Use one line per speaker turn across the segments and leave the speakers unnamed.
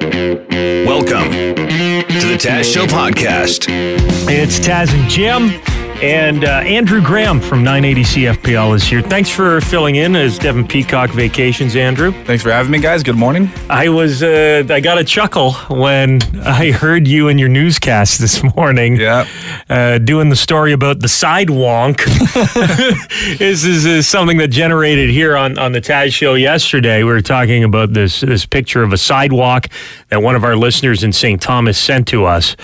Welcome to the Taz Show podcast.
It's Taz and Jim and uh, Andrew Graham from 980 CFPL is here. Thanks for filling in as Devin Peacock vacations, Andrew.
Thanks for having me, guys. Good morning.
I was uh, I got a chuckle when I heard you in your newscast this morning.
Yeah.
uh, doing the story about the sidewonk. this is, is something that generated here on, on the Taz show yesterday. We were talking about this this picture of a sidewalk that one of our listeners in St. Thomas sent to us.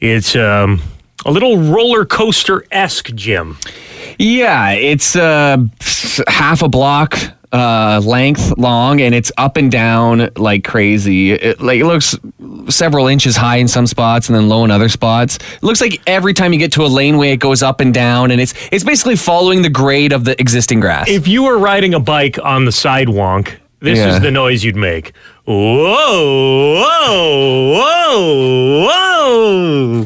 It's um, a little roller coaster esque, Jim.
Yeah, it's uh, s- half a block uh, length long, and it's up and down like crazy. It, like it looks several inches high in some spots, and then low in other spots. It looks like every time you get to a laneway, it goes up and down, and it's it's basically following the grade of the existing grass.
If you were riding a bike on the sidewonk, this
Yeah.
is the noise you'd make. Whoa, whoa, whoa, whoa.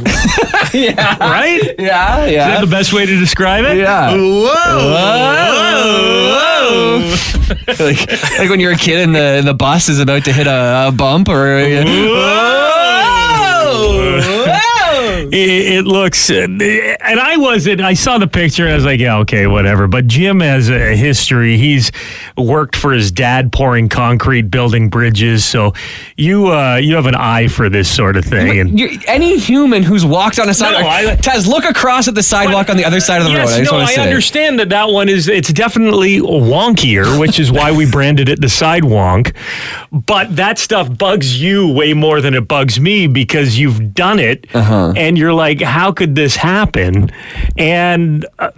yeah. Right?
yeah,
Is that the best way to describe it?
Yeah.
Whoa.
like, like when you're a kid and the and the bus is about to hit a, a bump or.
It, it looks, and I wasn't. I saw the picture and I was like, yeah, okay, whatever. But Jim has a history. He's worked for his dad pouring concrete, building bridges. So you uh, you have an eye for this sort of thing. And
you any human who's walked on a sidewalk,
I-
Taz, look across at the sidewalk on the other side of the road. I
Yes,
just
no,
want to
I
say,
understand that that one is it's definitely wonkier, which is why we branded it the sidewonk. But that stuff bugs you way more than it bugs me because you've done it
Uh-huh.
and you're like, how could this happen? And uh,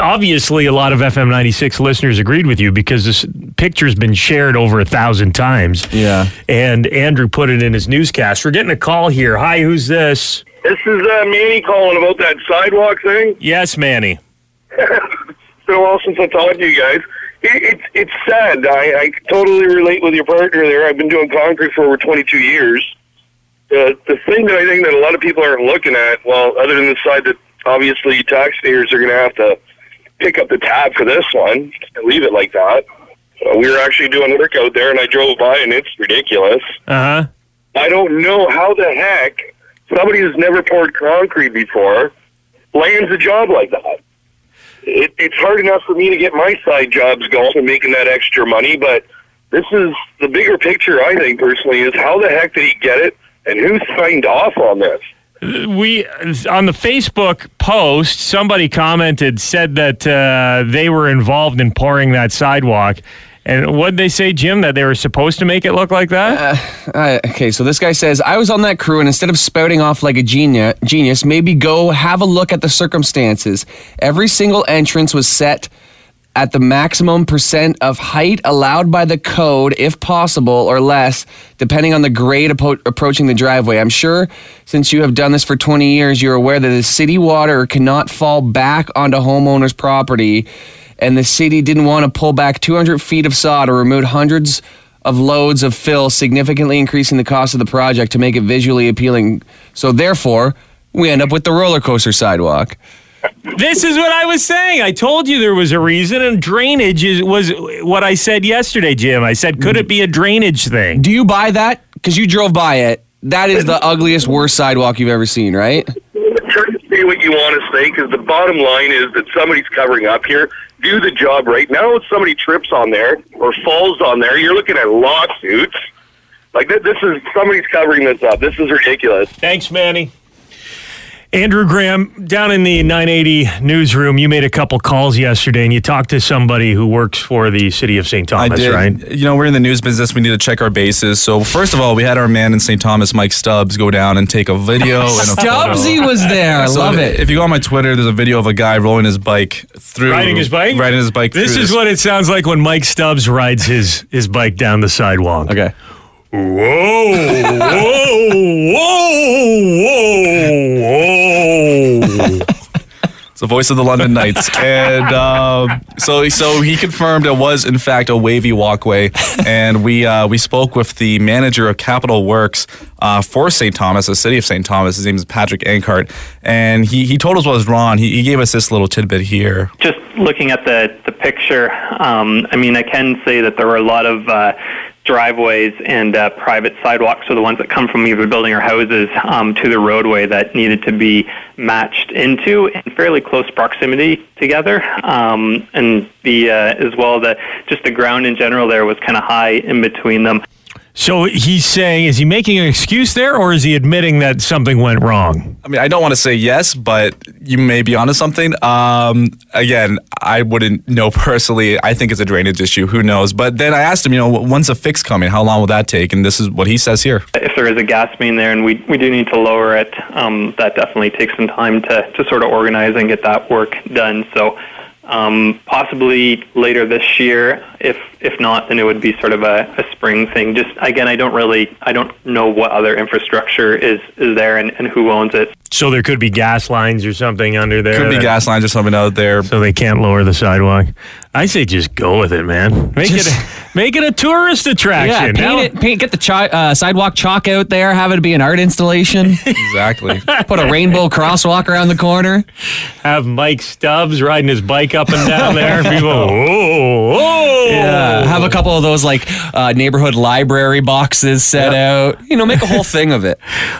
obviously, a lot of FM 96 listeners agreed with you because this picture's been shared over a thousand times.
Yeah.
And Andrew put it in his newscast. We're getting a call here. Hi, who's this?
This is uh, Manny calling about that sidewalk thing.
Yes, Manny.
It's been a while since I talked to you guys. It, it's it's sad. I, I totally relate with your partner there. I've been doing concrete for over 22 years. The the thing that I think that a lot of people aren't looking at, well, other than the side that obviously taxpayers are going to have to pick up the tab for this one and leave it like that. Uh, we were actually doing work out there, and I drove by, and it's ridiculous.
Uh huh.
I don't know how the heck somebody who's never poured concrete before lands a job like that. It, it's hard enough for me to get my side jobs going and making that extra money, but this is the bigger picture, I think, personally, is how the heck did he get it and who signed off on this?
we on the Facebook post, somebody commented said that uh, they were involved in pouring that sidewalk. And what they say, Jim, that they were supposed to make it look like that?
Uh, okay, so this guy says, I was on that crew, and instead of spouting off like a genius, genius, maybe go have a look at the circumstances. Every single entrance was set at the maximum percent of height allowed by the code, if possible, or less, depending on the grade appo- approaching the driveway. I'm sure since you have done this for 20 years, you're aware that the city water cannot fall back onto homeowners' property, and the city didn't want to pull back 200 feet of sod or remove hundreds of loads of fill, significantly increasing the cost of the project to make it visually appealing. So, therefore, we end up with the roller coaster sidewalk.
this is what I was saying. I told you there was a reason, and drainage is, was what I said yesterday, Jim. I said, could it be a drainage thing?
Do you buy that? Because you drove by it. That is the ugliest, worst sidewalk you've ever seen, right?
Try to say what you want to say because the bottom line is that somebody's covering up here. Do the job right. Now, if somebody trips on there or falls on there, you're looking at lawsuits. Like, th- this is somebody's covering this up. This is ridiculous.
Thanks, Manny. Andrew Graham, down in the 980 newsroom, you made a couple calls yesterday, and you talked to somebody who works for the city of St. Thomas, right?
You know, we're in the news business. We need to check our bases. So, first of all, we had our man in St. Thomas, Mike Stubbs, go down and take a video and a photo. Uh,
Stubbsy was there. I
So
love
if-
it.
If you go on my Twitter, there's a video of a guy rolling his bike through.
Riding his bike?
Riding his bike
This
through
is
this-
what it sounds like when Mike Stubbs rides his, his bike down the sidewalk.
Okay.
Whoa, whoa, whoa, whoa.
It's the voice of the London Knights. and um, so, so he confirmed it was in fact a wavy walkway. And we uh, we spoke with the manager of Capital Works uh, for St. Thomas, the city of St. Thomas. His name is Patrick Ankart, and he he told us what was wrong. He, he gave us this little tidbit here.
just looking at the the picture, um, I mean, I can say that there were a lot of uh, driveways and uh, private sidewalks, so the ones that come from either building or houses, um, to the roadway that needed to be matched into in fairly close proximity together. Um, and the uh, as well the just the ground in general there was kind of high in between them.
So he's saying, is he making an excuse there, or is he admitting that something went wrong?
I mean, I don't want to say yes, but you may be onto something. Um, again, I wouldn't know personally. I think it's a drainage issue. Who knows? But then I asked him, you know, when's a fix coming? How long will that take? And this is what he says here.
if there is a gas main there and we, we do need to lower it, um, that definitely takes some time to, to sort of organize and get that work done. So um, possibly later this year, if if not, then it would be sort of a, a spring thing. Just again, I don't really I don't know what other infrastructure is, is there and, and who owns it.
So there could be gas lines or something under there.
Could be
that-
gas lines or something out there.
So they can't lower the sidewalk. I say just go with it, man. Make it a, make it a tourist
Yeah,
attraction.
paint
Now-
it. Paint. Get the chi- uh, sidewalk chalk out there. Have it be an art installation.
Exactly.
Put a rainbow crosswalk around the corner.
Have Mike Stubbs riding his bike up and down there. People, oh, oh.
Yeah, Uh, have a couple of those like uh, neighborhood library boxes set out.
You know, make a whole thing of it.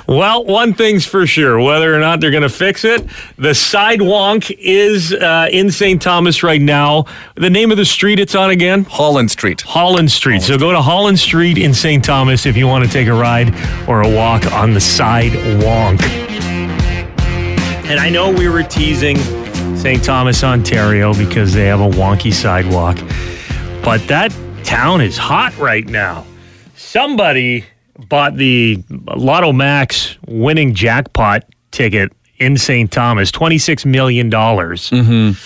Well, one thing's for sure, whether or not they're going to fix it, the sidewalk is uh, in St. Thomas right now. The name of the street it's on again?
Holland Street.
Holland Street. So go to Holland Street in St. Thomas if you want to take a ride or a walk on the sidewalk. And I know we were teasing St. Thomas, Ontario because they have a wonky sidewalk, but that town is hot right now. Somebody bought the Lotto Max winning jackpot ticket in St. Thomas, $26 million uh,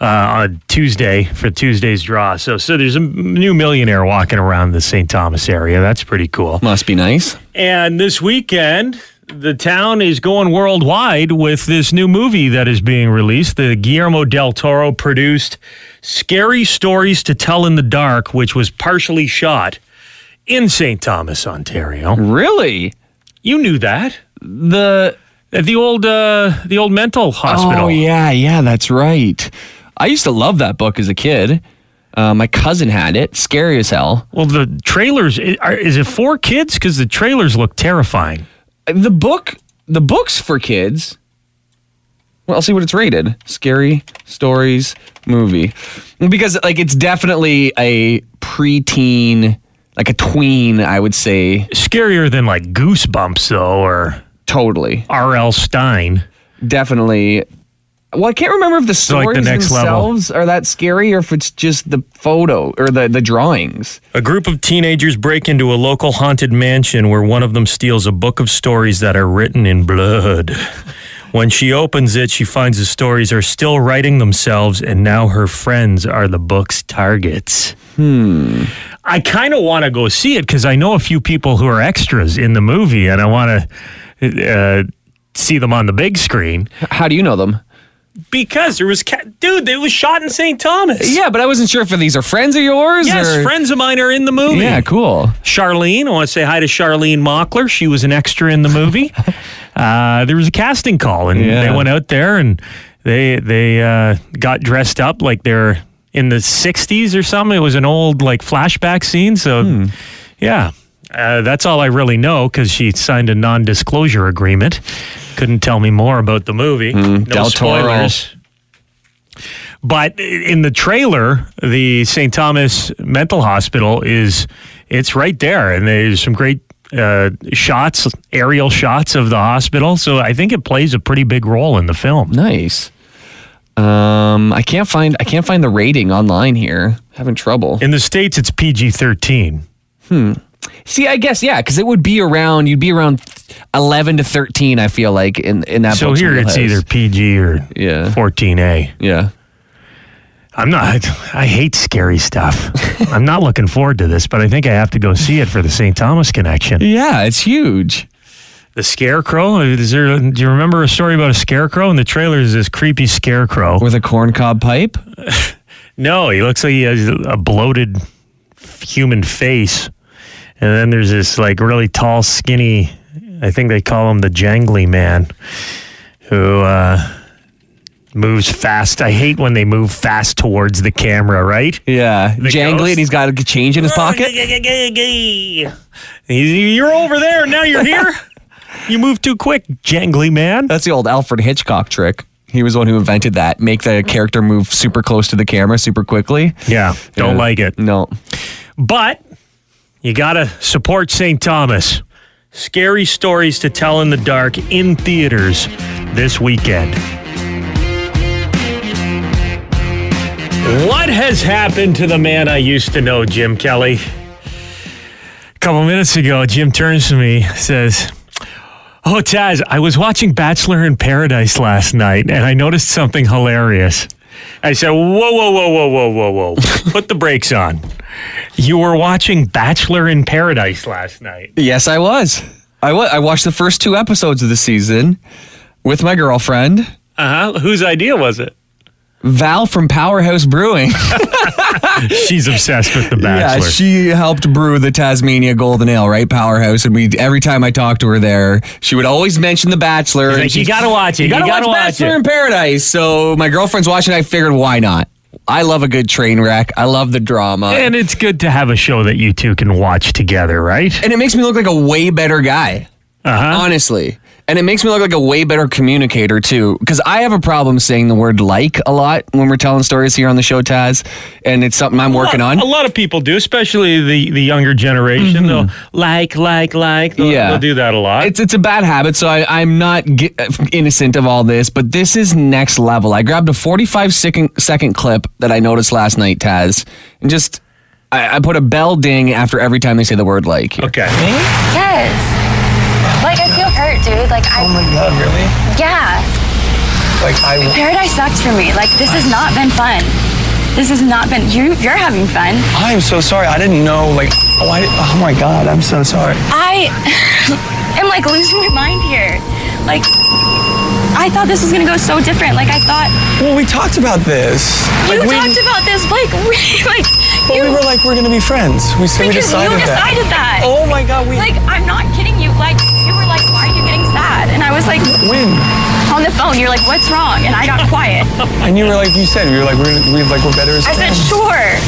on Tuesday for Tuesday's draw. So, so there's a m- new millionaire walking around the St. Thomas area. That's pretty cool.
Must be nice.
And this weekend, the town is going worldwide with this new movie that is being released, the Guillermo del Toro produced Scary Stories to Tell in the Dark, which was partially shot in St. Thomas, Ontario.
Really?
You knew that.
The
At the old uh, the old mental hospital.
Oh yeah, yeah, that's right. I used to love that book as a kid. Uh, my cousin had it. Scary as hell.
Well, the trailers i- are, is it for kids? Because the trailers look terrifying.
The book, the books for kids. Well, I'll see what it's rated. Scary stories movie, because like it's definitely a preteen, like a tween. I would say
scarier than like Goosebumps though, or
totally,
R.L. Stein.
definitely. Well, I can't remember if the
like,
stories
the next level.
themselves are that scary, or if it's just the photo or the the drawings.
A group of teenagers break into a local haunted mansion where one of them steals a book of stories that are written in blood. When she opens it, she finds the stories are still writing themselves, and now her friends are the book's targets. Hmm. I kind of want to go see it because I know a few people who are extras in the movie, and I want to uh, see them on the big screen.
How do you know them?
Because there was, ca- dude, it was shot in St. Thomas.
Yeah, but I wasn't sure if these are friends of yours.
Yes,
or...
friends of mine are in the movie.
Yeah, cool.
Charlene, I want to say hi to Charlene Mockler. She was an extra in the movie. uh, there was a casting call, and
Yeah.
they went out there and they they uh, got dressed up like they're in the '60s or something. It was an old like flashback scene. So,
Hmm.
yeah. Uh, that's all I really know because she signed a non-disclosure agreement. Couldn't tell me more about the movie. no
Mm-hmm. Del Toro.
spoilers. But in the trailer, the St. Thomas Mental Hospital is it's right there, and there's some great uh, shots, aerial shots of the hospital. So I think it plays a pretty big role in the film.
Nice. Um, I can't find I can't find the rating online here. Having trouble.
In the states, it's PG thirteen.
See, I guess yeah, because it would be around. You'd be around eleven to thirteen. I feel like in in that.
So
book's
here it's
wheelhouse.
either PG or
Yeah.
fourteen A.
yeah.
I'm not. I hate scary stuff. I'm not looking forward to this, but I think I have to go see it for the St. Thomas connection.
Yeah, it's huge.
The scarecrow. Is there? Do you remember a story about a scarecrow? In the trailer, is this creepy scarecrow?
With a corncob pipe.
No, he looks like he has a bloated human face. And then there's this like really tall, skinny, I think they call him the jangly man, who uh, moves fast. I hate when they move fast towards the camera, right?
Yeah, jangly,
ghost?
and he's got a change in his pocket.
You're over there. Now you're here. You move too quick, jangly man.
That's the old Alfred Hitchcock trick. He was the one who invented that. Make the character move super close to the camera super quickly.
Yeah, don't
Yeah.
like it.
No.
But you got to support St. Thomas. Scary stories to tell in the dark in theaters this weekend. What has happened to the man I used to know, Jim Kelly? A couple minutes ago, Jim turns to me, says, Oh, Taz, I was watching Bachelor in Paradise last night and I noticed something hilarious. I said, Whoa, whoa, whoa, whoa, whoa, whoa, whoa. Put the brakes on. You were watching Bachelor in Paradise last night.
Yes, I was. I wa- I watched the first two episodes of the season with my girlfriend,
Uh huh. Whose idea was it?
Val from Powerhouse Brewing.
She's obsessed with The Bachelor.
Yeah, she helped brew the Tasmania Golden Ale, right? Powerhouse, and we every time I talked to her there, she would always mention The Bachelor.
She's
and
like,
she's-
you gotta watch it.
You gotta, watch, Bachelor in Paradise. So my girlfriend's watching. I figured, why not? I love a good train wreck. I love the drama,
And it's good to have a show that you two can watch together, right?
and it makes me look like a way better guy.
Uh huh.
honestly. And it makes me look like a way better communicator too, because I have a problem saying the word "like" a lot when we're telling stories here on the show, Taz, and it's something I'm working on.
A lot of people do, especially the, the younger generation. They'll like, like, like. They'll,
Mm-hmm. Yeah.
they'll do that a lot.
It's it's a bad habit, so I, I'm not g- uh, innocent of all this. But this is next level. I grabbed a 45 second second clip that I noticed last night, Taz, and just I, I put a bell ding after every time they say the word "like." here.
okay.
Yes. Like I feel hurt, dude. Like I. Oh my god, really? Yeah. Like I. Paradise sucked for me. Like this has not been fun. This has not been. You you're having fun.
I'm so sorry. I didn't know. Like, oh, I, oh my God, I'm so sorry.
I am like losing my mind here. Like I thought this was gonna go so different. Like I thought
Well, we talked about this.
you
we,
talked about this. Like we like
but
you
we were like, we're gonna be friends. We said we
because
decided,
you decided that.
that. Oh my God, we
Like I'm not kidding you. Like you were like, why are you getting sad? And I was like
win.
on the phone. You're like, what's wrong? And I got quiet.
And you were like, you said we were like, we're, we like we're better as
I said,
friends.
sure.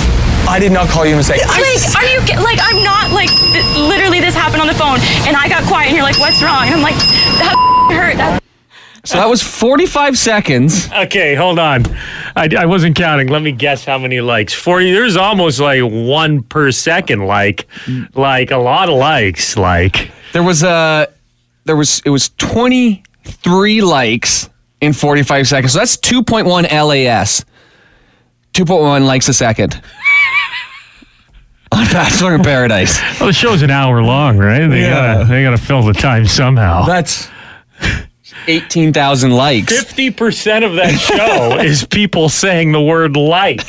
I did not call you and say. I
like,
s-
are you ki- like? I'm not like. Th- literally, this happened on the phone, and I got quiet, and you're like, "What's wrong?" And I'm like, "That hurt." That's
So that was 45 seconds.
Okay, hold on. I, I wasn't counting. Let me guess how many likes. For you, there's almost like one per second like. Like a lot of likes. Like.
There was a there was it was 23 likes in 45 seconds. So that's 2.1 LAS. 2.1 likes a second. On Bachelor in Paradise.
Well, the show's an hour long, right? They
Yeah.
gotta they gotta fill the time somehow.
That's 18,000 likes.
Fifty percent of that show is people saying the word like.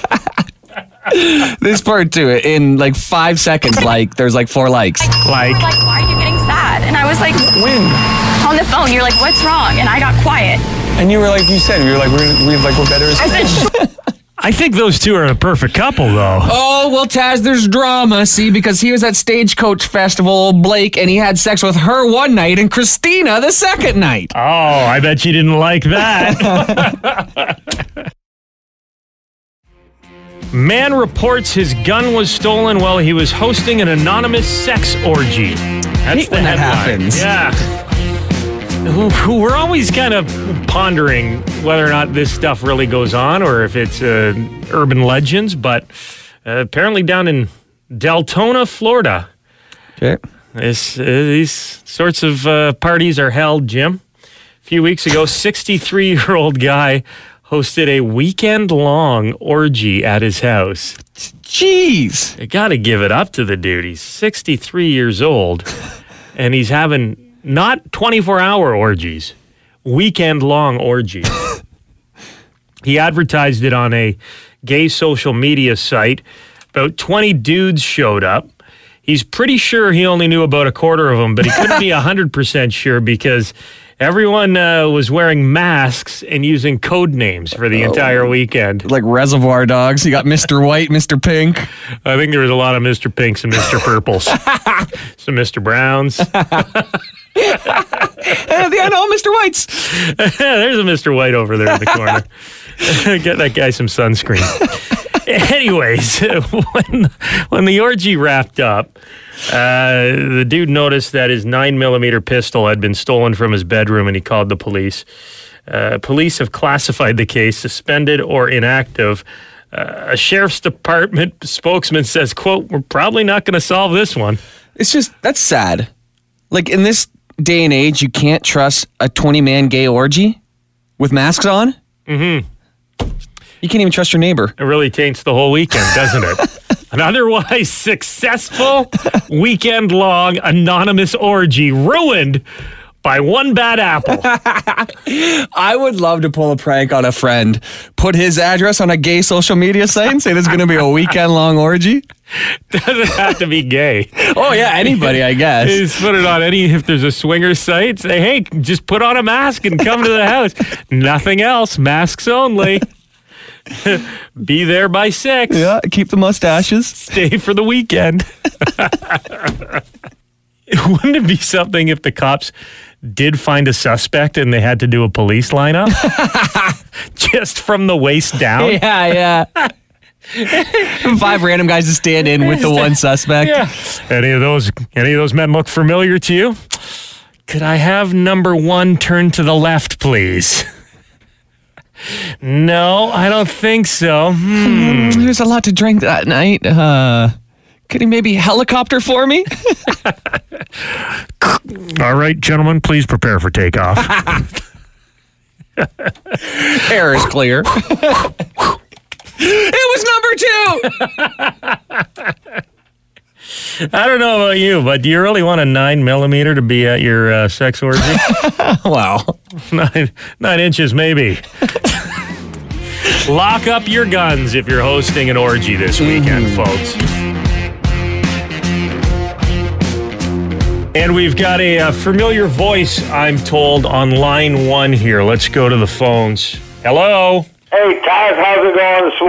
This part too in like 5 seconds like there's like 4 likes.
Like
like, why are you getting sad? And I was like,
win.
on the phone, you're like, "What's wrong?" And I got quiet.
And you were like, you said we were like, we're we like we're better as
I said,
friends.
"Sure."
I think those two are a perfect couple though.
Oh, well, Taz, there's drama, see, because he was at Stagecoach Festival, Blake, and he had sex with her one night and Christina the second night.
Oh, I bet you didn't like that. Man reports his gun was stolen while he was hosting an anonymous sex orgy. That's
hate when that happens.
Yeah. Who- who- We're always kind of pondering whether or not this stuff really goes on or if it's uh, urban legends, but uh, apparently down in Deltona, Florida,
Okay.
this, uh, these sorts of uh, parties are held, Jim. A few weeks ago, 63 year old guy hosted a weekend long orgy at his house.
Jeez.
I got to give it up to the dude. He's 63 years old and he's having not 24 hour orgies, weekend long orgies. he advertised it on a gay social media site. About 20 dudes showed up. He's pretty sure he only knew about a quarter of them, but he couldn't be 100% sure because everyone uh, was wearing masks and using code names for the entire weekend.
like reservoir dogs. You got Mr. White, Mr. Pink.
I think there was a lot of Mr. Pinks and Mr. Purples, some Mr. Browns.
And at the end, oh, Mr. White's.
There's a Mr. White over there in the corner. Get that guy some sunscreen. Anyways, when, when the orgy wrapped up, uh, the dude noticed that his 9mm pistol had been stolen from his bedroom and he called the police. Uh, police have classified the case suspended or inactive. Uh, a sheriff's department spokesman says, quote, we're probably not going to solve this one.
It's just, that's sad. Like in this day and age, you can't trust a 20 man gay orgy with masks on. Mm hmm. You can't even trust your neighbor.
It really taints the whole weekend, doesn't it? An otherwise successful weekend long anonymous orgy ruined by one bad apple.
I would love to pull a prank on a friend, put his address on a gay social media site and say there's going to be a weekend long orgy.
Doesn't have to be gay.
Oh, yeah, anybody, I guess.
Just put it on any, if there's a swinger site, say, hey, just put on a mask and come to the house. Nothing else, masks only. Be there by six.
Yeah, keep the mustaches.
stay for the weekend. Wouldn't it be something if the cops did find a suspect and they had to do a police lineup? Just from the waist down?
Yeah, yeah. Five random guys to stand in with the one suspect.
Yeah. Any of those any of those men look familiar to you? Could I have number 1 turn to the left, please? No, I don't think so. Hmm.
Mm, There's a lot to drink that night. Uh, could he maybe helicopter for me?
All right, gentlemen, please prepare for takeoff.
Air is clear. it was number two.
I don't know about you, but do you really want a nine millimeter to be at your uh, sex orgy?
Wow.
nine, nine inches, maybe. Lock up your guns if you're hosting an orgy this weekend, folks. And we've got a, uh familiar voice, I'm told, on line one here. Let's go to the phones. Hello.
Hey, Todd, how's it going this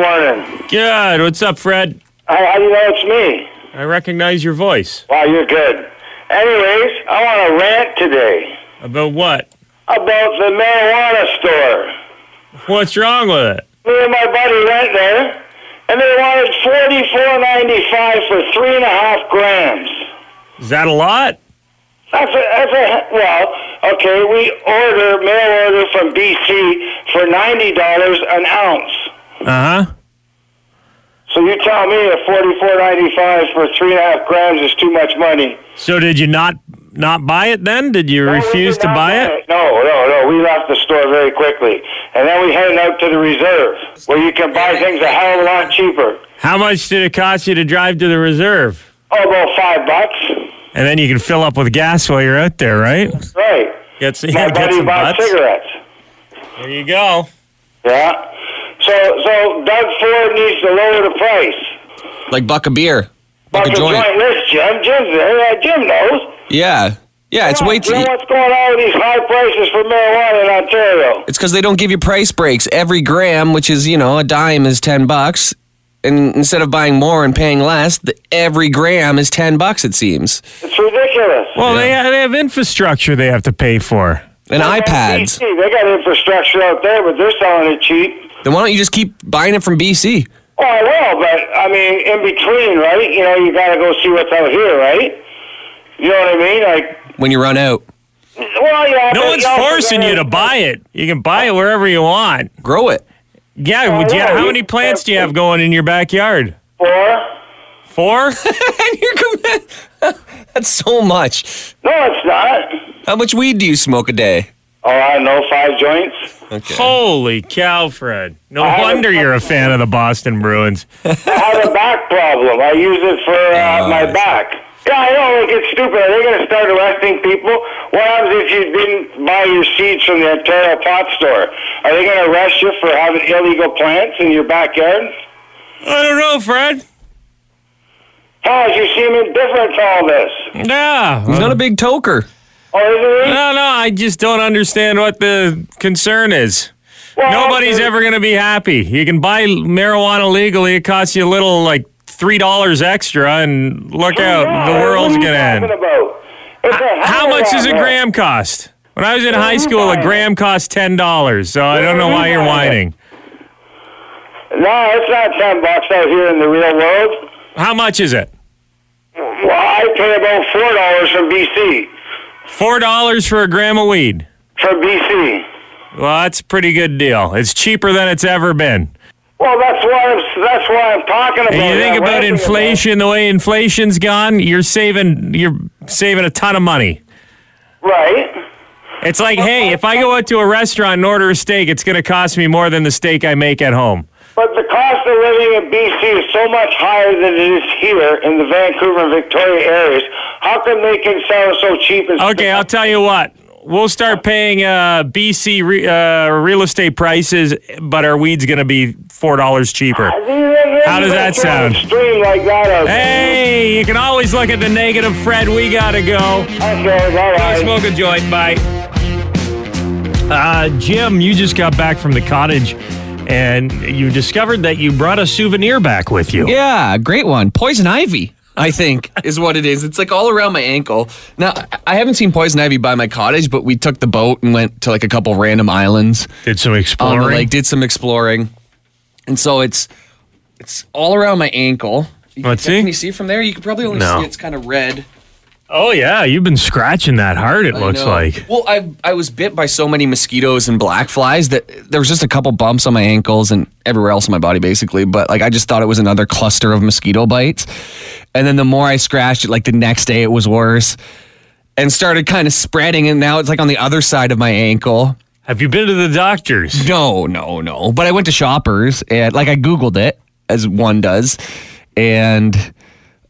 morning?
Good. What's up, Fred?
How, how do you know it's me?
I recognize your voice.
Wow, you're good. Anyways, I want to rant today
About what?
about the marijuana store.
What's wrong with it?
Me and my buddy went there, and they wanted forty-four ninety-five for three and a half grams.
Is that a lot?
That's a, that's a, well, okay, we order, mail order from BC for $90 an ounce.
Uh huh.
So you tell me if forty-four ninety-five for three and a half grams is too much money.
So did you not not buy it then? Did you refuse to
No, we did not
buy it?
No, no, no. We left the store very quickly. And then we headed out to the reserve, where you can buy things a hell of a lot cheaper.
How much did it cost you to drive to the reserve?
Oh, about five bucks.
And then you can fill up with gas while you're out there, right?
Right.
Get some,
My
get
buddy
some
bought
butts.
cigarettes.
There you go.
Yeah. So, so Doug Ford needs to lower the price.
Like buck a beer. Buck
Fucking
a joint.
joint list, Jim. Jim's there. Uh, Jim knows.
Yeah. Yeah, it's
You know-
way
You know
too.
what's going on with these high prices for marijuana in Ontario?
It's because they don't give you price breaks. Every gram, which is, you know, a dime is 10 bucks. And instead of buying more and paying less, the, every gram is 10 bucks, it seems.
It's ridiculous.
Well, they, they have infrastructure they have to pay for.
And iPads.
BC, they got infrastructure out there, but they're selling it cheap.
Then why don't you just keep buying it from BC?
Oh, I will, but I mean, in between, right? You know, you gotta go see what's out here, right? You know what I mean? Like,
when you run out.
well, yeah.
No
but
one's
y'all
forcing you
forgot-
to buy it. You can buy it wherever you want.
Grow it.
Yeah, would you,
yeah,
how
you-
many plants do you have going in your backyard?
Four?
Four?
And you're committed. That's so much.
No, it's not.
How much weed do you smoke a day?
Oh, I don't know, five joints.
Holy cow, Fred. No
I-
wonder you're a fan of the Boston Bruins.
I have a back problem. I use it for uh,
Oh, I
my
see.
back. Yeah, I know. Look, it's stupid. Are they gonna start arresting people? What happens if you didn't buy your seeds from the Ontario pot store? Are they gonna arrest you for having illegal plants in your backyard?
I don't know, Fred.
How's you seem indifferent to all this?
Yeah.
He's not a big toker.
Or is it?
No, no, I just don't understand what the concern is.
Well,
Nobody's
that's-
ever going to be happy. You can buy marijuana legally. It costs you a little, like $3 extra, and look out.
Yeah,
The
what
world's
are you
going to end.
talking about? It's a
How
hundred
much
out
does a
there.
gram cost? When I was in high school, a gram cost ten dollars. So I don't know why you're whining.
No, it's not ten bucks out here in the real world.
How much is it?
Well, I pay about four dollars from BC
Four dollars for a gram of weed.
from BC.
Well, that's a pretty good deal. It's cheaper than it's ever been.
Well, that's why I'm that's why I'm talking about.
And you think
that.
about
What I'm thinking
inflation, the way inflation's gone, you're saving you're saving a ton of money.
right?
It's like, hey, if I go out to a restaurant and order a steak, it's going to cost me more than the steak I make at home.
But the cost of living in BC is so much higher than it is here in the Vancouver and Victoria areas. How come they can sell it so cheap? And
Okay, I'll tell you what. We'll start paying uh, BC re- uh, real estate prices, but our weed's going to be four dollars cheaper. How does that sound?
Extreme like that. out there.
Hey, you can always look at the negative, Fred. We gotta go.
Okay, all
Go
right.
smoke a joint. Bye. Uh, Jim, you just got back from the cottage, and you discovered that you brought a souvenir back with you.
Yeah, great one. Poison ivy, I think, is what it is. It's like all around my ankle. Now, I- I haven't seen poison ivy by my cottage, but we took the boat and went to like a couple random islands
Did some
on
exploring.
the lake, did some exploring, and so it's it's all around my ankle. You
Let's
can,
Oh, see.
Can you see from there? You can probably only
No.
see it's kind of red.
Oh yeah, you've been scratching that hard. It
I
looks
know.
like.
uh, Well, I I was bit by so many mosquitoes and black flies that there was just a couple bumps on my ankles and everywhere else in my body basically, but like I just thought it was another cluster of mosquito bites. And then the more I scratched it, like the next day it was worse and started kind of spreading and now it's like on the other side of my ankle.
Have you been to the doctors?
No, no, no. But I went to Shoppers and like I googled it as one does and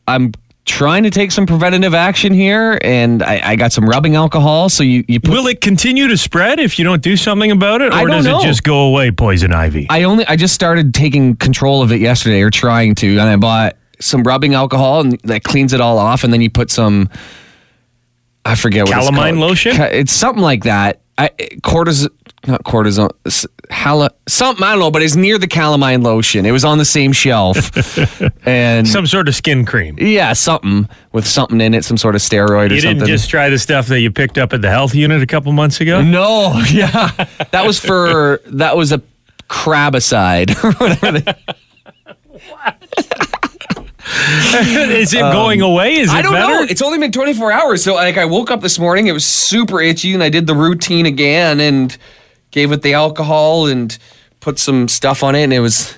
I'm trying to take some preventative action here and I, I got some rubbing alcohol so you, you put
Will it continue to spread if you don't do something about it, or
I don't
does
know.
it just go away? Poison ivy.
I only I just started taking control of it yesterday or trying to, and I bought some rubbing alcohol and that cleans it all off, and then you put some I forget what it's
Calamine
called.
lotion?
Ca- It's something like that. I cortis not cortisone s- hala something I don't know, but it's near the calamine lotion. It was on the same shelf, and
some sort of skin cream.
yeah, something with something in it, some sort of steroid or
You
something. Mm,
didn't just try the stuff that you picked up at the health unit a couple months ago.
no, yeah, that was for that was a crabicide or whatever. they-
Is it going away? Is it
um, I don't
better?
know. It's only been 24 hours. So, like, I woke up this morning. It was super itchy, and I did the routine again and gave it the alcohol and put some stuff on it, and it was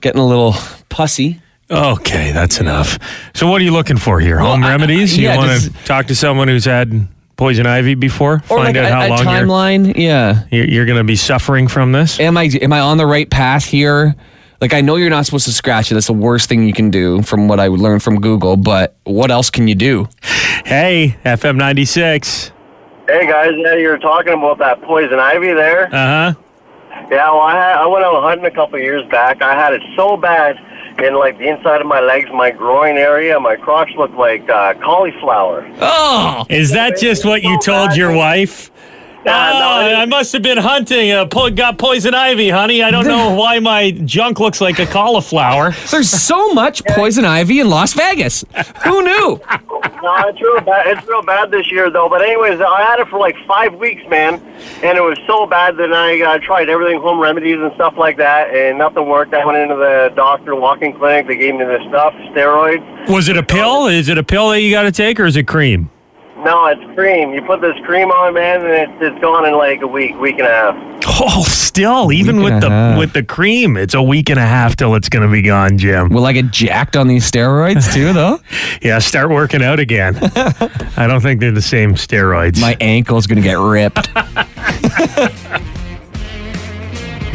getting a little pussy.
Okay, that's enough. So, what are you looking for here? Home remedies? You
yeah,
want to
just-
talk to someone who's had poison ivy before? Find
like
out
a,
how
a
long you're-
timeline. Yeah.
you're, you're going to be suffering from this.
Am I am I on the right path here? Like, I know you're not supposed to scratch it. That's the worst thing you can do, from what I learned from Google. But what else can you do?
Hey, FM 96.
Hey guys, yeah, you were talking about that poison ivy there.
Uh huh.
Yeah, well, I, had, I went out hunting a couple years back. I had it so bad in like the inside of my legs, my groin area, my crotch looked like uh, cauliflower.
Uh, Is that just what you told your wife? Oh,
Uh, no, it-
I must have been hunting. Uh, po- got poison ivy, honey. I don't know why my junk looks like a cauliflower.
There's so much poison ivy in Las Vegas. Who knew?
No, it's real bad. It's real bad this year though. But anyways, I had it for like five weeks, man, and it was so bad that I uh, tried everything, home remedies and stuff like that, and nothing worked. I went into the doctor, walking clinic. They gave me this stuff, steroids.
Was it a pill? Is it a pill that you got to take, or is it cream?
No, it's cream. You put this cream on, man, and it's it's gone in like a week, week and a half.
Oh, still, even
Week and
with
a
the
half.
with the cream, it's a week and a half till it's going to be gone, Jim.
Will I get jacked on these steroids too, though?
Yeah, start working out again. I don't think they're the same steroids.
My ankle's gonna get ripped.